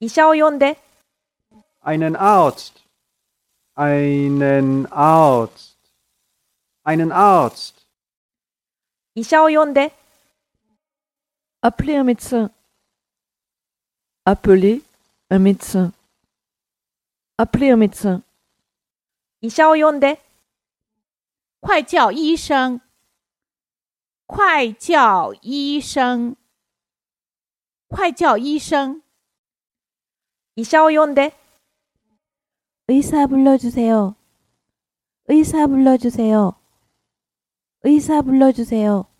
医者を呼んで、 einen Arzt, einen Arzt, einen Arzt, 医者を呼んで、 Appelez un médecin. Appelez un médecin. Appelez un médecin. 医者を呼んで、快叫医生！快叫医生！快叫医生！医者を呼んで、 의사 불러주세요. 의사 불러주세요. 의사 불러주세요.